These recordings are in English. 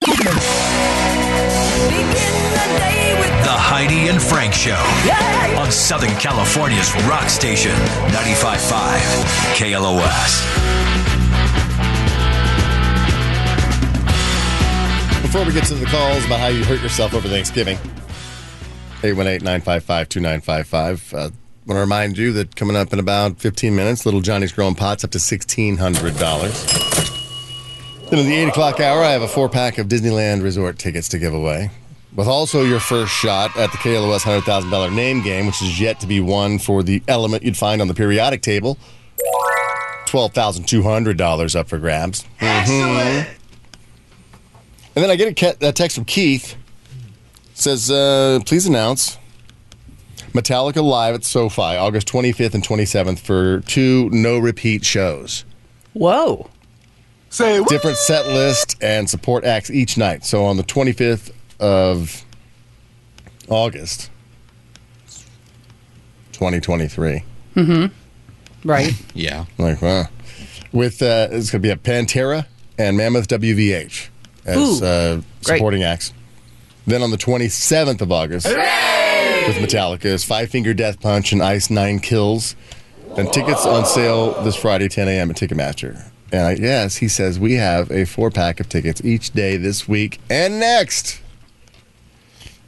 Heidi and Frank Show on Southern California's rock station, 95.5 KLOS. Before we get to the calls about how you hurt yourself over Thanksgiving, 818 955 2955. Want to Uh, remind you that coming up in about 15 minutes, Little Johnny's Growing Pots up to $1,600. Then in the 8 o'clock hour, I have a four pack of Disneyland Resort tickets to give away, with also your first shot at the KLOS $100,000 name game, which is yet to be won for the element you'd find on the periodic table. $12,200 up for grabs. Mm-hmm. And then I get a, ca- a text from Keith. Says, uh, please announce Metallica live at SoFi, August 25th and 27th for two no repeat shows. Whoa. Say what? Different set list and support acts each night. So on the 25th of August, 2023. Mm-hmm. Right. Yeah. Like, wow. With, uh, it's going to be at Pantera and Mammoth WVH as Ooh, uh, great. supporting acts. Then on the 27th of August, with Metallica, is Five Finger Death Punch and Ice Nine Kills. And tickets on sale this Friday, 10 a.m. at Ticketmaster. And I, yes, he says we have a four pack of tickets each day this week and next.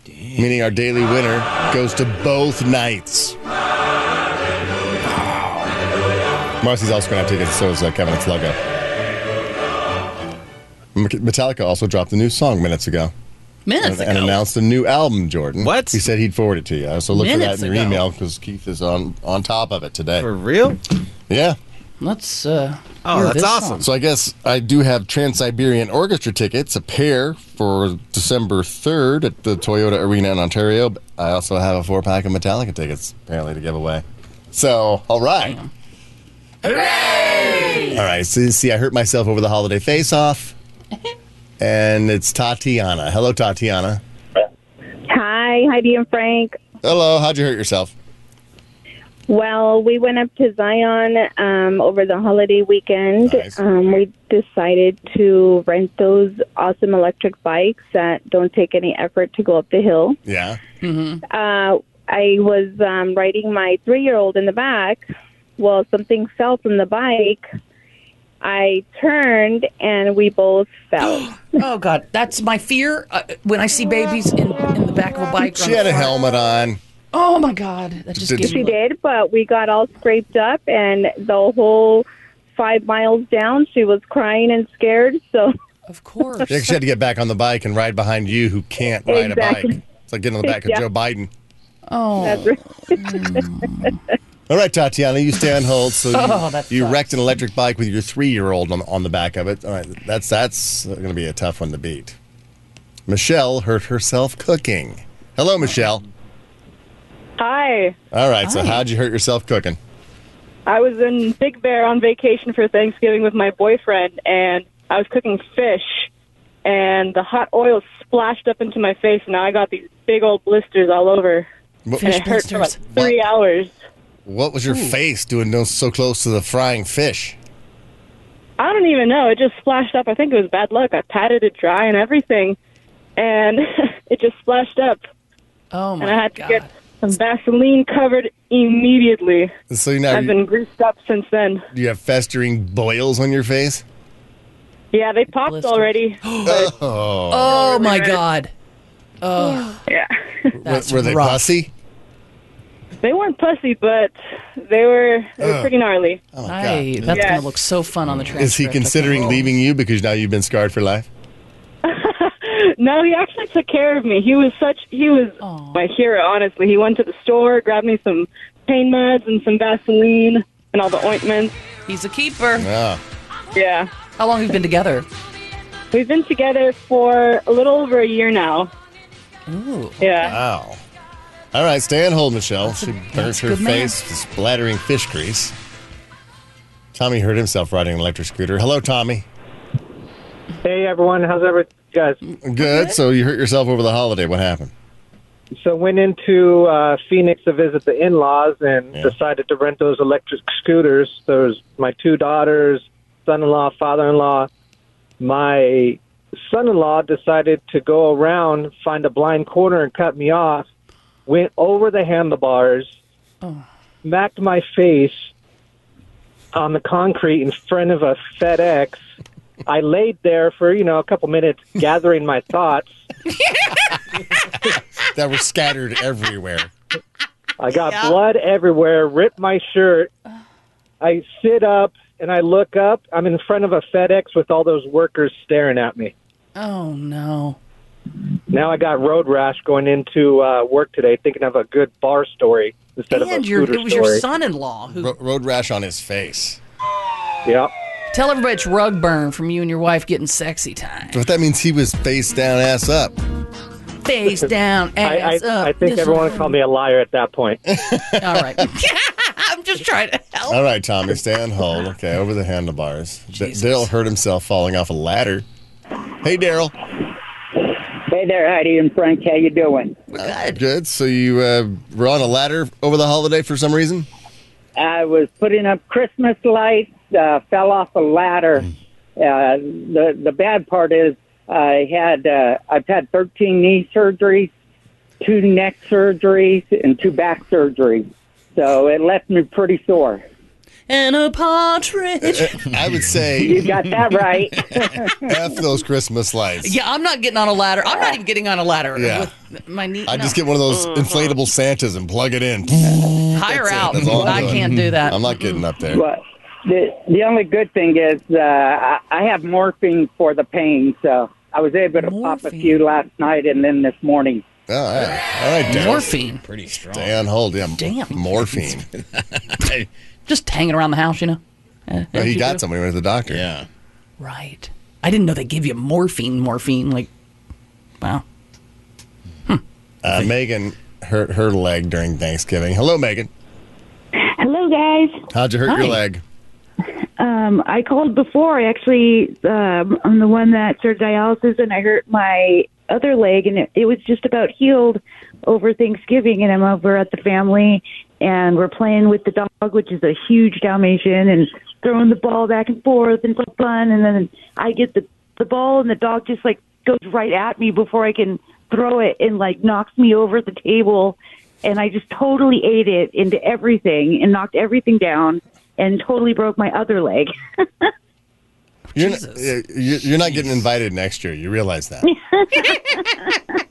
Meaning our daily winner goes to both nights. Marcy's also going to have tickets, so is uh, Kevin and Sluggo. Metallica also dropped a new song minutes ago Minutes and, ago. and announced a new album, Jordan. What? He said he'd forward it to you. So look Minutes for that in your ago. email because Keith is on, on top of it today. For real? Yeah. Let's. Uh, Oh, hear that's this awesome. song. So I guess I do have Trans Siberian Orchestra tickets, a pair for December 3rd at the Toyota Arena in Ontario. But I also have a four pack of Metallica tickets apparently to give away. So, all right. Hooray! All right. So, see, I hurt myself over the holiday face off. and it's Tatiana. Hello, Tatiana. Hi, Heidi and Frank. Hello. How'd you hurt yourself? Well, we went up to Zion um, over the holiday weekend. Nice. Um, we decided to rent those awesome electric bikes that don't take any effort to go up the hill. Yeah. Uh, I was um, riding my three year old in the back. Well, something fell from the bike. I turned and we both fell. Oh God, that's my fear uh, when I see babies in, in the back of a bike. or on She the had a front. helmet on. Oh my God, that just Did- gives she me. did, but we got all scraped up, and the whole five miles down, she was crying and scared. So. Of course. Yeah, 'cause she had to get back on the bike and ride behind you, who can't ride a bike. Exactly. It's like getting on the back of Yeah. Joe Biden. Oh, That's right. All right, Tatiana, you stay on hold. So you, Oh, that you sucks. wrecked an electric bike with your three-year-old on, on the back of it. All right, that's that's going to be a tough one to beat. Michelle hurt herself cooking. Hello, Michelle. Hi. All right, so how'd you hurt yourself cooking? I was in Big Bear on vacation for Thanksgiving with my boyfriend, and I was cooking fish, and the hot oil splashed up into my face, and now I got these big old blisters all over. What, And Fish it hurt for like blisters. three What? hours. what was your face doing no- so close to the frying fish? I don't even know. It just splashed up. I think it was bad luck. I patted it dry and everything, and it just splashed up, oh and I my had to God. get some Vaseline covered immediately. So you now I've you, been greased up since then. you have festering boils on your face. Yeah, they popped Blisters. already. Oh my God. yeah. uh, That's were, were they rough. pussy? They weren't pussy, but they were, they were Ugh. pretty gnarly. Oh, God. Hey, that's Yeah. gonna look so fun on the transcript. Oh. Is he considering leaving you because now you've been scarred for life? No, he actually took care of me. He was such he was Aw. my hero, honestly. He went to the store, grabbed me some pain meds and some Vaseline and all the ointments. He's a keeper. Yeah. Yeah. How long have you been together? We've been together for a little over a year now. Ooh. Yeah. Wow. All right, stay on hold, Michelle. she burnt that's her good man. face with splattering fish grease. Tommy hurt himself riding an electric scooter. Hello, Tommy. Hey everyone, how's everything, guys? Good. So you hurt yourself over the holiday. What happened? So went into uh, Phoenix to visit the in-laws and Yeah. decided to rent those electric scooters. There's my two daughters, son-in-law, father-in-law. My son-in-law decided to go around, find a blind corner, and cut me off. went over the handlebars, smacked my face on the concrete in front of a FedEx. I laid there for, you know, a couple minutes gathering my thoughts. that were scattered everywhere. I got blood everywhere, ripped my shirt. I sit up and I look up. I'm in front of a FedEx with all those workers staring at me. Oh no. Now I got road rash going into uh, work today, thinking of a good bar story instead of a And your, scooter it was story. your son-in-law who Ro- road rash on his face. Yeah, tell everybody it's rug burn from you and your wife getting sexy time. But that means he was face down, ass up. Face down, I, I, ass up. I think this everyone way. called me a liar at that point. All right. I'm just trying to help. All right, Tommy, stay on hold. Okay, over the handlebars. D- Daryl hurt himself falling off a ladder. Hey, Daryl. Hey there, Heidi and Frank. How you doing? Good. So you uh, were on a ladder over the holiday for some reason? I was putting up Christmas lights. Uh, fell off a ladder. Uh, the the bad part is I had uh, I've had 13 knee surgeries, two neck surgeries, and two back surgeries. So it left me pretty sore. And a partridge. Uh, I would You say got that right. F those Christmas lights. yeah, I'm not getting on a ladder. I'm not even getting on a ladder. Yeah. With my knee. I no. just get one of those inflatable Santas and plug it in. higher Mm-hmm. out. That's all I'm I doing. can't do that. I'm not getting up there. but the the only good thing is uh, I, I have morphine for the pain, so I was able to pop a Morphine. few last night and then this morning. All right, all right, Daryl. Morphine. Pretty strong. Stay on hold. Yeah, Damn. morphine. Just hanging around the house, you know. Eh, No, he you got do. somebody went to the doctor. Yeah. Right. I didn't know they give you morphine. Morphine, like, wow. Uh, Megan hurt her leg during Thanksgiving. Hello, Megan. Hello, guys. How'd you hurt your leg? Um, I called before. I actually, um, I'm the one that served dialysis, and I hurt my other leg, and it, it was just about healed over Thanksgiving. And I'm over at the family, and we're playing with the dog, which is a huge Dalmatian, and throwing the ball back and forth, and it's all fun. And then I get the the ball, and the dog just like goes right at me before I can throw it, and like knocks me over the table. and I just totally ate it into everything and knocked everything down and totally broke my other leg. You're Jesus. Not, you- you- you're not getting invited next year. You realize that.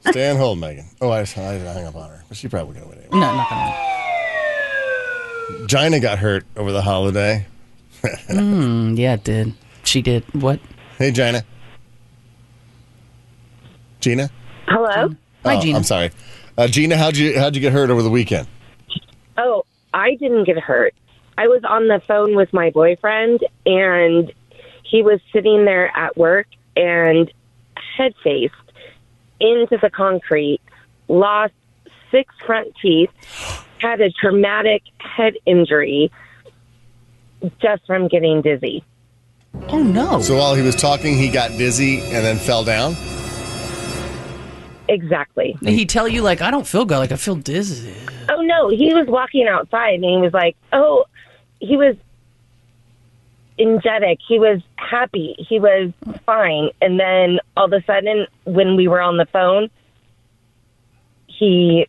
Stay on hold, Megan. Oh, I, I hung up on her, but she probably got away. No, not gonna. Gina got hurt over the holiday. Mm, Yeah, it did. She did. What? Hey, Gina. Gina. Hello. Hi, Oh, Gina. I'm sorry, uh, Gina. How'd you how'd you get hurt over the weekend? Oh, I didn't get hurt. I was on the phone with my boyfriend, and he was sitting there at work and head faced into the concrete, lost six front teeth, had a traumatic head injury just from getting dizzy. Oh no. So while he was talking, he got dizzy and then fell down. Exactly. he tell you like I don't feel good. Like I feel dizzy. Oh no, he was walking outside and he was like, "Oh, he was energetic. He was happy. He was fine." And then all of a sudden, when we were on the phone, he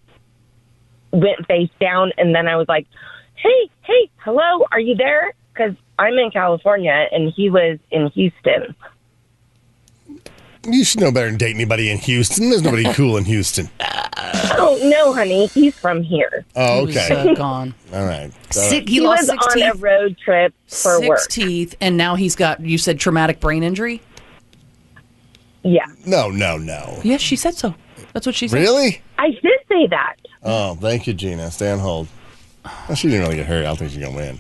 went face down, and then I was like, "Hey, hey, hello, are you there?" Because I'm in California and he was in Houston. You should know better than date anybody in Houston. There's nobody cool in Houston. Oh no, honey, he's from here. Oh, He was, okay. uh, gone. All right. Sick. He, He, lost was six on a teeth. road trip for six work. teeth, and now he's got. You said traumatic brain injury. Yeah, No, no, no. Yes, she said so. That's what she said. Really? I did say that. Oh, thank you, Gina. Stay on hold. Well, she didn't really get hurt. I don't think she's gonna win.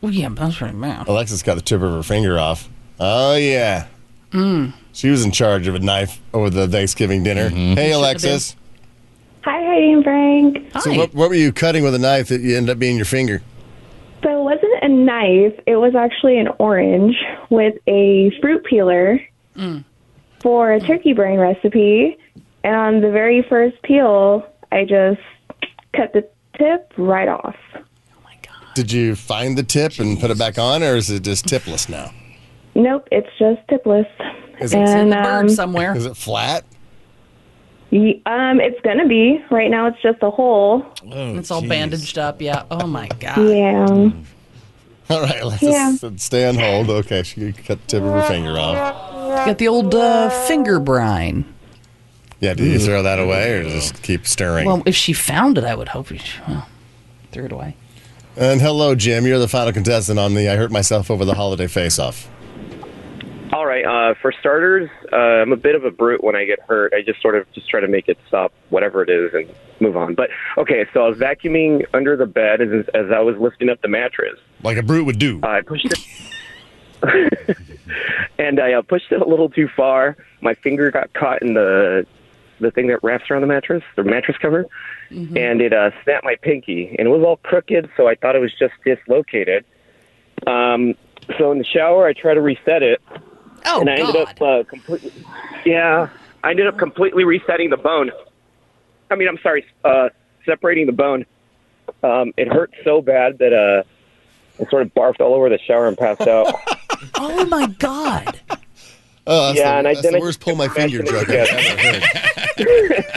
Well, yeah, but that's right, man. Alexis got the tip of her finger off. Oh yeah. Mm. She was in charge of a knife over the Thanksgiving dinner. Hey, Alexis. Hi, Heidi and Frank. Hi. So what, what were you cutting with a knife that you ended up being your finger? So it wasn't a knife, it was actually an orange with a fruit peeler Mm. for a turkey brain recipe. And on the very first peel, I just cut the tip right off. Did you find the tip and put it back on, or is it just tipless now? Nope, it's just tipless. Is it- it's in and the um, bird somewhere. Is it flat? Y- Um, it's gonna be. Right now, it's just a hole. Oh, it's all bandaged up. Yeah. Oh my Ah. god. Yeah. All right, let's Yeah. stay on hold. Okay, she cut the tip of her finger off. Got the old uh, finger brine. Yeah, do you throw that away or just keep stirring? Well, if she found it, I would hope she well, threw it away. and hello, Jim. You're the final contestant on the I Hurt Myself Over the Holiday Face Off. All right. Uh, for starters, uh, I'm a bit of a brute when I get hurt. I just sort of just try to make it stop, whatever it is, and move on. But okay, so I was vacuuming under the bed as, as I was lifting up the mattress. Like a brute would do. I pushed it, and I uh, pushed it a little too far. My finger got caught in the the thing that wraps around the mattress, the mattress cover, and it uh, snapped my pinky. And it was all crooked, so I thought it was just dislocated. Um, so in the shower, I try to reset it, Oh and I ended up uh, completely. Yeah, I ended up completely resetting the bone. I mean, I'm sorry, uh, separating the bone. Um, it hurt so bad that uh, I sort of barfed all over the shower and passed out. Oh my god. Oh, that's, Yeah, the, and I that's the didn't worst pull my finger mention it joke I've ever heard.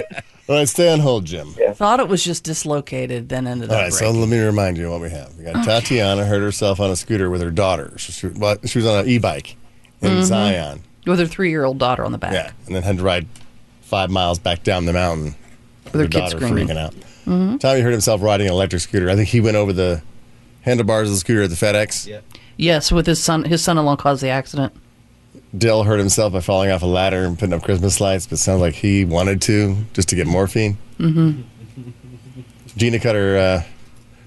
All right, stay on hold, Jim. Thought it was just dislocated, then ended All up. right, so breaking. let me remind you what we have. We got Tatiana hurt herself on a scooter with her daughter. She, she, well, she was on an e-bike in Zion. Mm-hmm. with her three-year-old daughter on the back. Yeah, and then had to ride five miles back down the mountain. With her kid daughter screaming. Mm-hmm. freaking out. Tommy hurt himself riding an electric scooter. I think he went over the handlebars of the scooter at the FedEx. Yes, with his son. His son-in-law caused the accident. Dill hurt himself by falling off a ladder and putting up Christmas lights, but sounds like he wanted to just to get morphine. Mm-hmm. Gina cut her. Uh,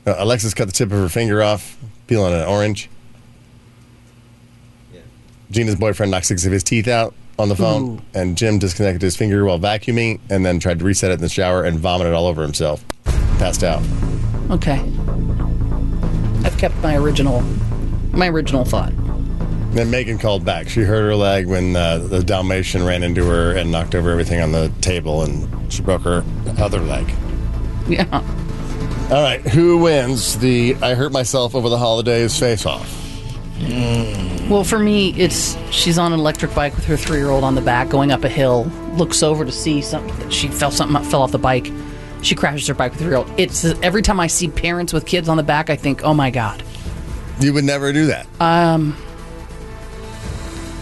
no, Alexis cut the tip of her finger off, peeling an orange. Gina's boyfriend knocked six of his teeth out on the phone, Ooh. and Jim disconnected his finger while vacuuming, and then tried to reset it in the shower and vomited all over himself. Passed out. Okay. I've kept my original, my original thought. Then Megan called back. She hurt her leg when uh, the Dalmatian ran into her and knocked over everything on the table, and she broke her other leg. Yeah. All right, who wins the I hurt myself over the holidays face off? Hmm. Well, for me, it's she's on an electric bike with her three-year-old on the back, going up a hill. Looks over to see something. She fell something fell off the bike. She crashes her bike with her three-year-old. It's every time I see parents with kids on the back, I think, oh my god, You would never do that. Um,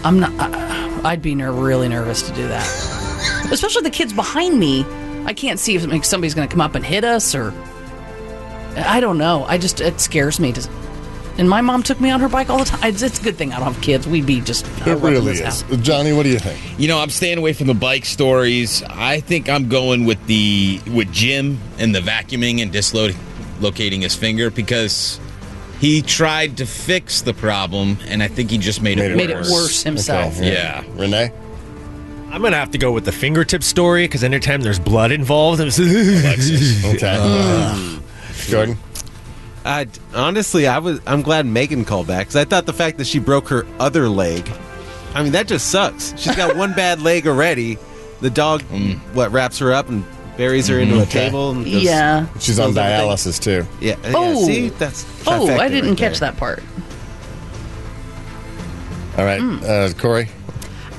I'm not. I, I'd be ner- really nervous to do that, especially the kids behind me. I can't see if like, somebody's going to come up and hit us or. I don't know. I just it scares me to. And my mom took me on her bike all the time. It's, it's a good thing I don't have kids. We'd be just. uh, it wrecking really this is. house. Johnny, what do you think? You know, I'm staying away from the bike stories. I think I'm going with the with Jim and the vacuuming and dislocating his finger because he tried to fix the problem, and I think he just made, it, Made it worse. worse himself. Okay, Yeah. Renee? I'm gonna have to go with the fingertip story because anytime there's blood involved, I'm just, Okay. Jordan? I honestly, I was. I'm glad Megan called back because I thought the fact that she broke her other leg. I mean, that just sucks. She's got one bad leg already. The dog, Mm. what wraps her up and buries her into a Okay. table. And goes- Yeah. Mm-hmm. She's on Those other dialysis too. Yeah. yeah, Oh. See, that's. Oh, trifecta I didn't right catch there. that part. All right, uh, Corey?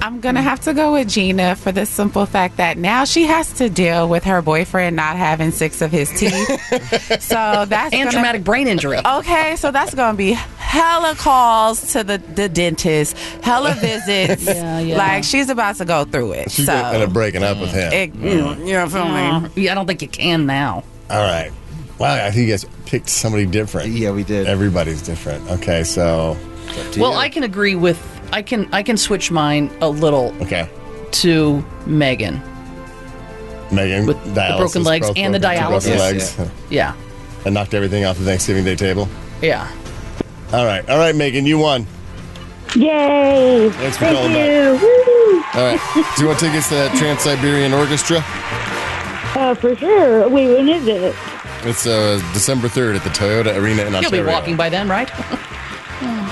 I'm going to have to go with Gina for the simple fact that now she has to deal with her boyfriend not having six of his teeth. so that's And gonna- traumatic brain injury. Okay, so that's going to be hella calls to the, the dentist, hella visits. Yeah, yeah. Like she's about to go through it. She's so ended up breaking up with him. it, you know, you know, feel me? yeah, I don't think you can now. All right. Wow, I think you guys picked somebody different. Yeah, we did. Everybody's different. Okay, so, Well, I can agree with. I can I can switch mine a little okay. to Megan. Megan, With the dialysis, broken legs both and the broken- two broken dialysis. legs, Yeah. and knocked everything off the Thanksgiving Day table. Yeah. All right, all right, Megan, you won. Yay! Thanks for calling back. Thank you. Woo. All right, do you want tickets to that Trans Siberian Orchestra? Uh, for sure. Wait, when is it? It's uh, December 3rd at the Toyota Arena in You'll be Ontario. walking by then, right?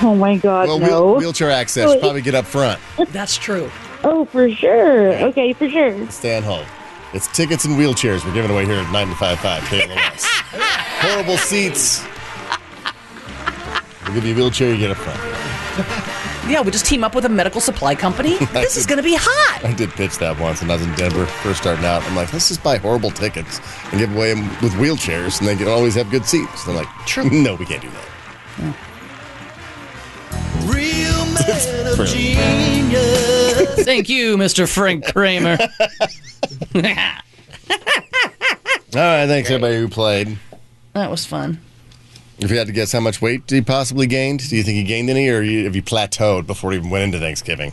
Oh my God, Well, no. wheel, wheelchair access. Wait. Probably get up front. That's true. oh, for sure. Okay, for sure. Stay on hold. It's tickets and wheelchairs we're giving away here at 9 to 5 5 KLOS. Horrible seats. We'll give you a wheelchair, you get up front. yeah, we just team up with a medical supply company. this is going to be hot. I did pitch that once when I was in Denver, first starting out. I'm like, let's just buy horrible tickets and give away 'em with wheelchairs, and they can always have good seats. They're like, sure, no, we can't do that. Real man of genius. Thank you, Mr. Frank Kramer. that All right, thanks everybody who played. was fun. If you had to guess how much weight he possibly gained, do you think he gained any, or you- have you plateaued before he even went into Thanksgiving?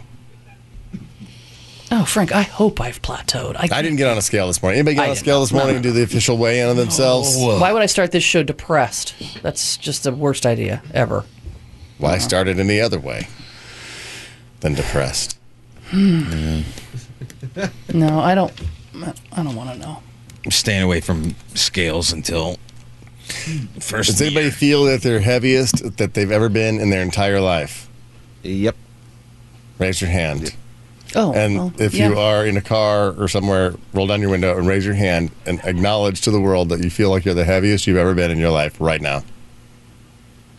Oh, Frank, I hope I've plateaued. I, I didn't get on a scale this morning. Anybody get I on a did scale not. this morning and do the official weigh-in of themselves? Oh. Why would I start this show depressed? That's just the worst idea ever. Why start it any other way than depressed? Hmm. Mm. No, I don't. I don't want to know. I'm staying away from scales until first. Does anybody feel that they're heaviest that they've ever been in their entire life? Yep. Raise your hand. Oh, and well, if yeah. you are in a car or somewhere, roll down your window and raise your hand and acknowledge to the world that you feel like you're the heaviest you've ever been in your life right now.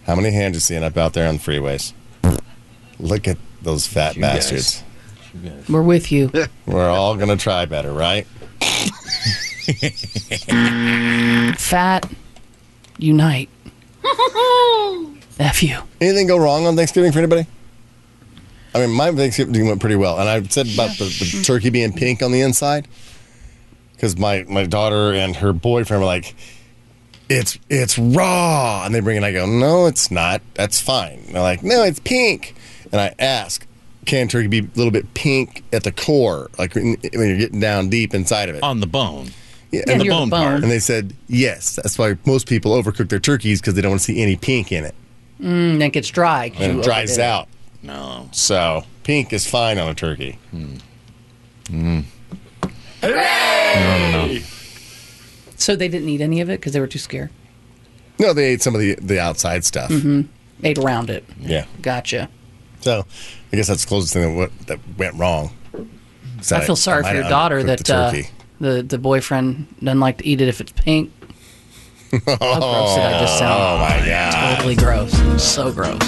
How many hands you seeing up out there on the freeways? Look at those fat bastards. We're with you. We're all gonna try better, right? Fat, unite. F you. Anything go wrong on Thanksgiving for anybody? I mean, my Thanksgiving went pretty well, and I said about the, the turkey being pink on the inside because my my daughter and her boyfriend were like, "It's it's raw," and they bring it. And I go, "No, it's not. That's fine." And they're like, "No, it's pink," and I ask. Can turkey be a little bit pink at the core, like when when you're getting down deep inside of it? On the bone. Yeah, Yeah, the you're the bone part. bone. And they said, yes. That's why most people overcook their turkeys because they don't want to see any pink in it Mm, then it gets dry. 'cause and you it dries overdid it. out. No. So pink is fine on a turkey. Hmm. So they didn't eat any of it because they were too scared. No, they ate some of the the outside stuff. Mm-hmm. Ate around it. Yeah. Gotcha. So I guess that's the closest thing that, what, that went wrong. So I feel sorry might for your have daughter undercooked that the uh, turkey. the the boyfriend doesn't like to eat it if it's pink. How gross did I just sound? Oh, my God. Totally gross. So gross.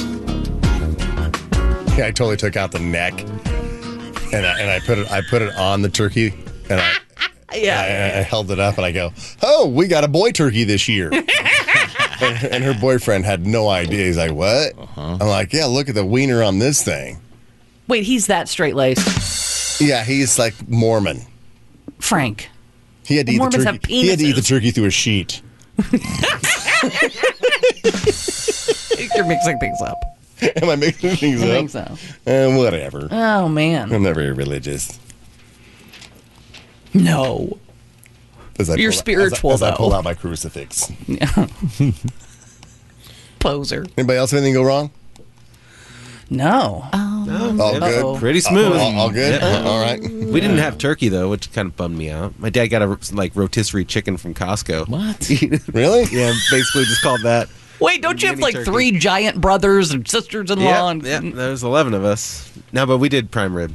Yeah, I totally took out the neck, and I, and I put it I put it on the turkey, and I, yeah. I, I held it up, and I go, "Oh, we got a boy turkey this year." and, and her boyfriend had no idea. He's like, "What?" I'm like, "Yeah, look at the wiener on this thing." Uh-huh. Wait, he's that straight laced. Yeah, he's like Mormon. Frank. He had to eat Mormons the have turkey. He had to eat the penises. turkey through a sheet. You're mixing things up. Am I mixing things I up? think so. Uh, whatever. Oh man. I'm not very religious. No. As I You're pull- spiritual, As I, as I pull though. out my crucifix. Poser. Anybody else have anything go wrong? Uh, No. Oh, All good. Pretty smooth. All, all good. Yeah. All right. We didn't have turkey though, which kind of bummed me out. My dad got a like rotisserie chicken from Costco. What? really? Yeah, basically just called that. Wait, don't you have Mini like turkey. three giant brothers and sisters in law? Yeah, yeah, there was eleven of us. No, but we did prime rib.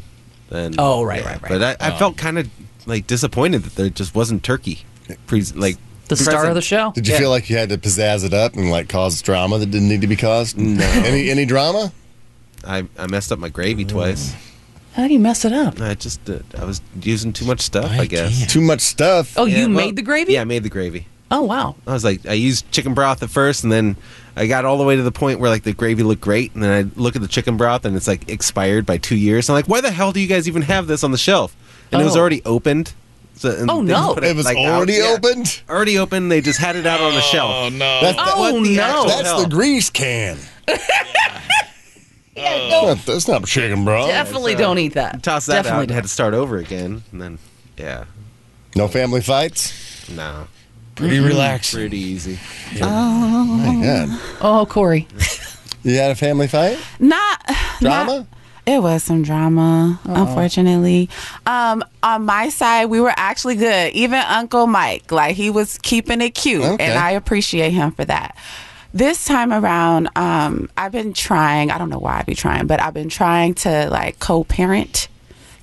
And, Oh, right, right, right. But I, I Oh. felt kind of like disappointed that there just wasn't turkey. Pre- like present. Did you Yeah. feel like you had to pizzazz it up and like cause drama that didn't need to be caused? No. any any drama? I, I messed up my gravy twice. How do you mess it up? I just uh, I was using too much stuff. I, guess too much stuff. Oh, you made the gravy? Yeah, I made the gravy. Oh wow. I was like, I used chicken broth at first, and then I got all the way to the point where like the gravy looked great, and then I look at the chicken broth, and it's like expired by two years. I'm like, why the hell do you guys even have this on the shelf? And it was Oh. already opened. So, and Oh, they just no. put It was out- already opened. Already opened. They just had it out on the shelf. Oh no! That's the- what the actual That's hell? the grease can. Oh. That's not- That's not chicken, bro. Definitely don't eat that. Toss that Definitely out. and Had to start over again, and then yeah, No family fights. No. Pretty Mm-hmm. Mhm. relaxed. Pretty easy. Oh, My God. Oh, Corey. You had a family fight? Not Drama? Not, it was some drama, unfortunately. Um, on my side, we were actually good. Even Uncle Mike, like he was keeping it cute, Okay. and I appreciate him for that. This time around, um, I've been trying. I don't know why I be trying, but I've been trying to like co-parent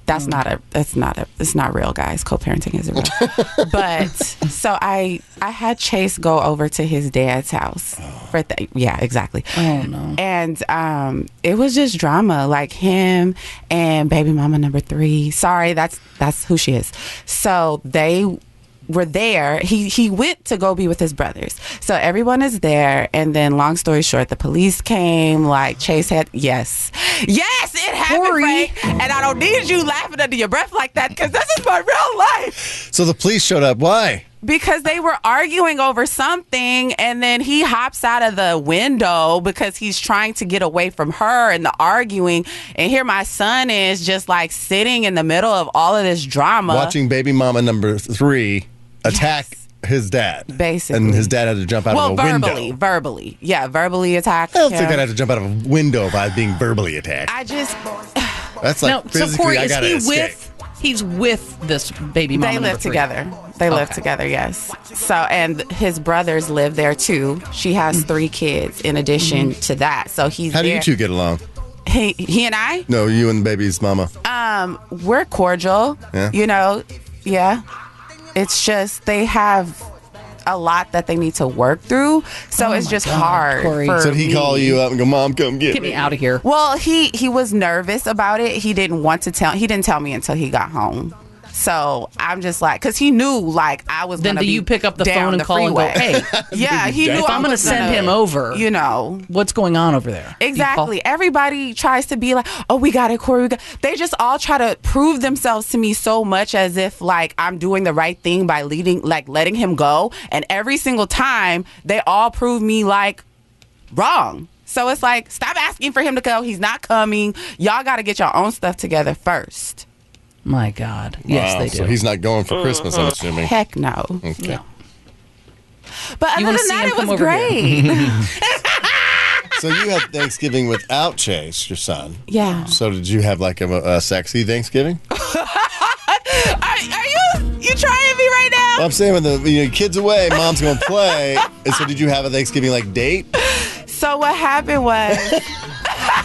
That's not a. That's not a. It's not real, guys. Co-parenting isn't real. but so I, I had Chase go over to his dad's house for th- yeah, exactly. Oh no. And um, it was just drama, like him and baby mama number three. Sorry, that's that's who she is. So they were there. He he went to go be with his brothers. So everyone is there, and then long story short, the police came. Like Chase had yes, yes, it happened, Frank. And I don't need you laughing under your breath like that because this is my real life. So the police showed up. Why? Because they were arguing over something, and then he hops out of the window because he's trying to get away from her and the arguing. And here my son is just like sitting in the middle of all of this drama. Watching baby mama number three attack his dad. Basically. And his dad had to jump out well, of a verbally, window. verbally, yeah, verbally attack. I don't think I'd have to jump out of a window by being verbally attacked. I just That's like no, physically, so Corey, I is gotta he escape. with? He's with this They baby. Mama live number three. together. They live Okay. together, yes. So, and his brothers live there too. She has Mm. three kids in addition Mm-hmm. to that. So he's How do you there. two get along? He, he and I, No, you and the baby's mama. um, we're cordial. Yeah. You know, yeah. It's just they have a lot that they need to work through. Oh So it's just hard. for so did he me. call you up and go, Mom, come get, of here. Well, he he was nervous about it. He didn't want to tell. He didn't tell me until he got home. So I'm just like, cause he knew like I was. Then gonna do be you pick up the down phone and the call and go, freeway. "Hey, yeah, he knew if I I'm going to was send him over, You know what's going on over there? Exactly. Everybody tries to be like, oh, we got it, Corey. We got-" They just all try to prove themselves to me so much as if like I'm doing the right thing by leading, like letting him go. And every single time, they all prove me like wrong. So it's like, stop asking for him to go. He's not coming. Y'all got to get your own stuff together first. My God. Yes, Wow, they do. So he's not going for Christmas, Uh-huh. I'm assuming. Heck no. Okay. But other wanna than see him that, come it was over here. great. So you had Thanksgiving without Chase, your son. Yeah. So did you have like a, a sexy Thanksgiving? you trying me right now? I'm saying when the you know, kids away, mom's gonna play. and so did you have a Thanksgiving like date? So what happened was.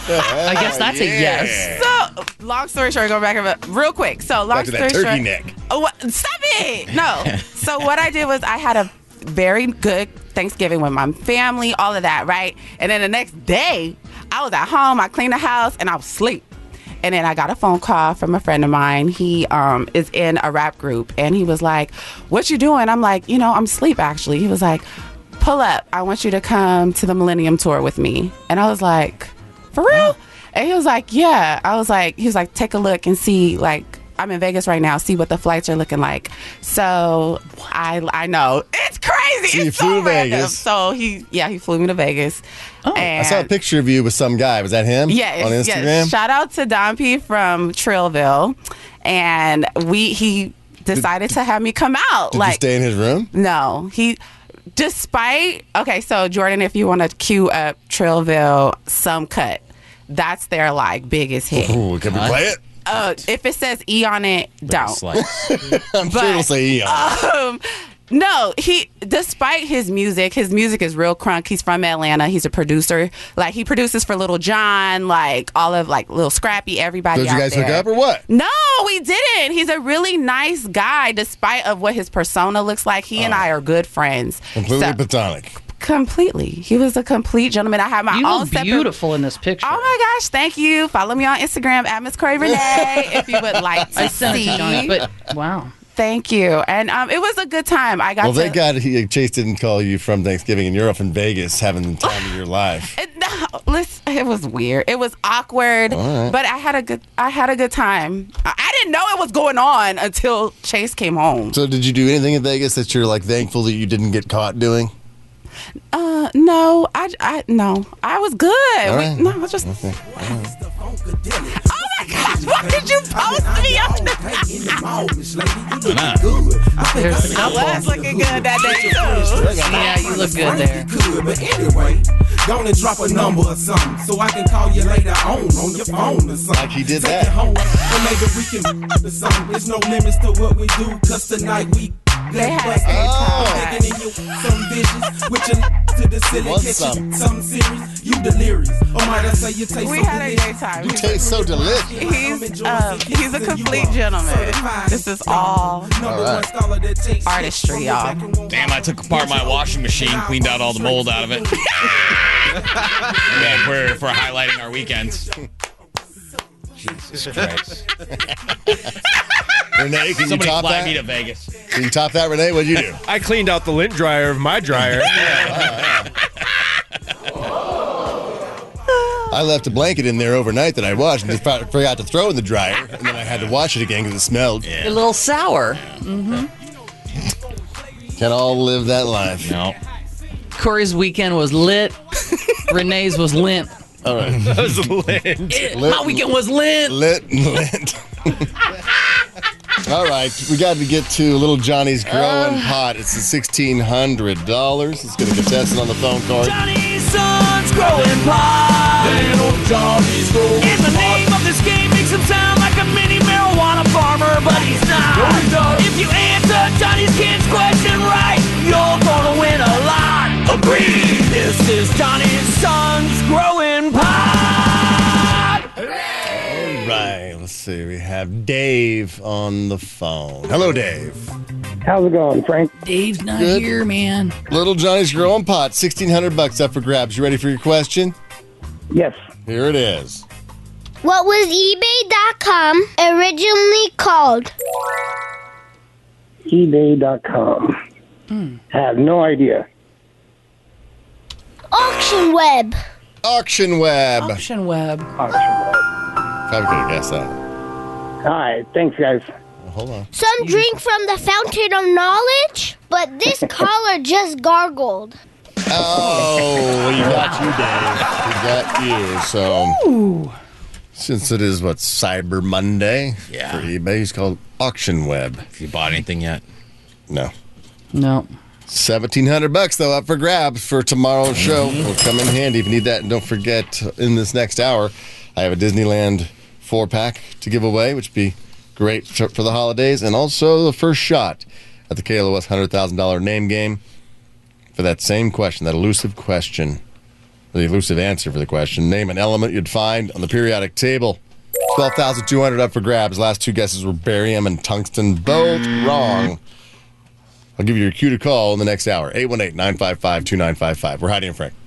I guess that's a yes. So, long story short, go back up real quick. So, long Back to story that turkey short, neck. Oh, what? Stop it! No. so what I did was I had a very good Thanksgiving with my family, all of that, right? And then the next day, I was at home. I cleaned the house and I was asleep. And then I got a phone call from a friend of mine. He um, is in a rap group, and he was like, "What you doing?" I'm like, "You know, I'm asleep." Actually, he was like, "Pull up. I want you to come to the Millennium Tour with me." And I was like, "For real?" And he was like, "Yeah." I was like, "He was like, take a look and see like." I'm in Vegas right now. See what the flights are looking like. So I I know it's crazy. you it's flew so to random. Vegas. So he yeah he flew me to Vegas. Oh, I saw a picture of you with some guy. Was that him? Yes, On Instagram? yes. Shout out to Don P from Trillville, and we he decided to have me come out. did you like stay in his room? no, he. Despite okay, so Jordan, if you want to cue up Trillville, some cut. That's their like biggest hit. Ooh, can we play it? Uh, if it says E on it, don't. I'm sure it'll say Eon. Um, no, he. Despite his music, his music is real crunk. He's from Atlanta. He's a producer. Like he produces for Little John, like all of like Little Scrappy, everybody. Did you out guys hook there. up or what? No, we didn't. He's a really nice guy, despite of what his persona looks like. He Oh. and I are good friends. Completely So- platonic. completely. He was a complete gentleman. I had my You own look separate. beautiful in this picture. Oh my gosh! Thank you. Follow me on Instagram at Miss Corey Renee if you would like to I sent it see. to Johnny, but wow. Thank you. And um, it was a good time. I got Well, to. thank God he, Chase didn't call you from Thanksgiving and you're off in Vegas having the time of your life. It, no, listen, it was weird. It was awkward, All right. but I had a good. I had a good time. I, I didn't know it was going on until Chase came home. So, did you do anything in Vegas that you're like thankful that you didn't get caught doing? Uh, no, I, I no, I was good. All We- right. No, I was just. Okay. All right. Oh my gosh! Why did you post me? on that? I was looking good that day too. Yeah, you look good there. good, but anyway, gonna drop a number or something so I can call you later on on your phone or something. Like he did Take It that. home, and maybe we can or something. There's no limits to what we do, cause tonight we They had a Black stage black time. taking in you some visions with your to the ceiling was kitchen. some. Some serious, you delirious. Or might I say you taste We so had a delicious. daytime. You taste so delicious. He's um, he's a complete gentleman. This is all artistry, y'all. Damn, I took apart my washing machine, cleaned out all the mold out of it. Man, we're, we're highlighting our weekends. Jesus Christ. Renee, can Somebody you top fly that? me to Vegas. Can you top that, Renee? What'd you do? I cleaned out the lint dryer of my dryer. I left a blanket in there overnight that I washed and just fo- forgot to throw in the dryer, and then I had to wash it again because it smelled. A little sour. Mm-hmm. Can all live that life? No. Corey's weekend was lit. Renee's was lint. All right. That was lit. My weekend was lit. Lit and lit. All right, we got to get to little Johnny's growing pot. It's the sixteen hundred dollars. Let's get a contestant on the phone card. Johnny's son's growing pot. Little Johnny's growing And the name of this game makes him sound like a mini marijuana farmer, but he's not. If you answer Johnny's kid's question right, you're gonna win a lot. Agreed. This is Johnny's son's growing pot. All right, let's see. We have Dave on the phone. Hello, Dave. How's it going, Frank? Dave's not Good. here, man. Little Johnny's growing pot. Sixteen hundred bucks up for grabs. You ready for your question? Yes. Here it is. What was eBay.com originally called? E eBay.com. Have no idea. Auction Web. Auction Web. Auction Web. Probably could have guessed that. All right. Thanks, guys. Hold on. Some drink from the fountain of knowledge, but this caller just gargled. Oh, we got you, Dave. We got you. So, since it is what Cyber Monday Yeah. for eBay, it's called Auction Web. You bought anything yet? No. No. Seventeen hundred bucks though up for grabs for tomorrow's show. Mm-hmm. Will come in handy if you need that. And don't forget, in this next hour, I have a Disneyland four pack to give away, which would be great for for the holidays, and also the first shot at the KLOS hundred thousand dollar name game for that same question, that elusive question, the elusive answer for the question. Name an element you'd find on the periodic table. Twelve thousand two hundred up for grabs. Last two guesses were barium and tungsten, both wrong. I'll give you your cue to call in the next hour. 818 955 2955. We're Heidi and Frank.